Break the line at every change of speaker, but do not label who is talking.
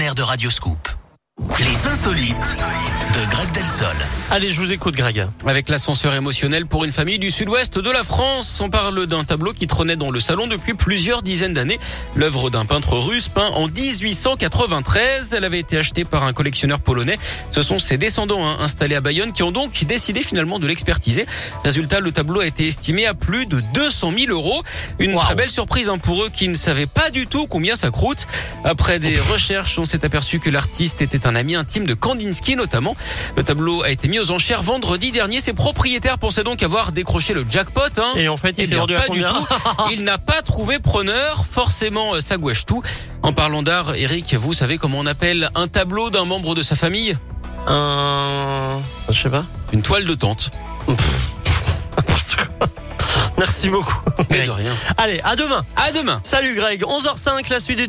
horaires de Radioscoop. Les insolites de Greg Delsol.
Allez, je vous écoute, Greg.
Avec l'ascenseur émotionnel pour une famille du sud-ouest de la France, on parle d'un tableau qui trônait dans le salon depuis plusieurs dizaines d'années. L'œuvre d'un peintre russe peint en 1893. Elle avait été achetée par un collectionneur polonais. Ce sont ses descendants hein, installés à Bayonne qui ont donc décidé finalement de l'expertiser. Résultat, le tableau a été estimé à plus de 200 000 euros. Une
Wow.
très belle surprise hein, pour eux qui ne savaient pas du tout combien ça croûte. Après des recherches, on s'est aperçu que l'artiste était un ami intime de Kandinsky notamment. Le tableau a été mis aux enchères vendredi dernier. Ses propriétaires pensaient donc avoir décroché le jackpot. Hein.
Et en fait, il
Eh
s'est
bien,
vendu à
pas du
combien
tout. Il n'a pas trouvé preneur. Forcément, euh, ça gouache tout. En parlant d'art, Eric, vous savez comment on appelle un tableau d'un membre de sa famille
Un... Je sais pas.
Une toile de tente.
Merci beaucoup.
Mais
Greg.
de rien.
Allez, à demain.
À demain
Salut Greg, 11h05, la suite du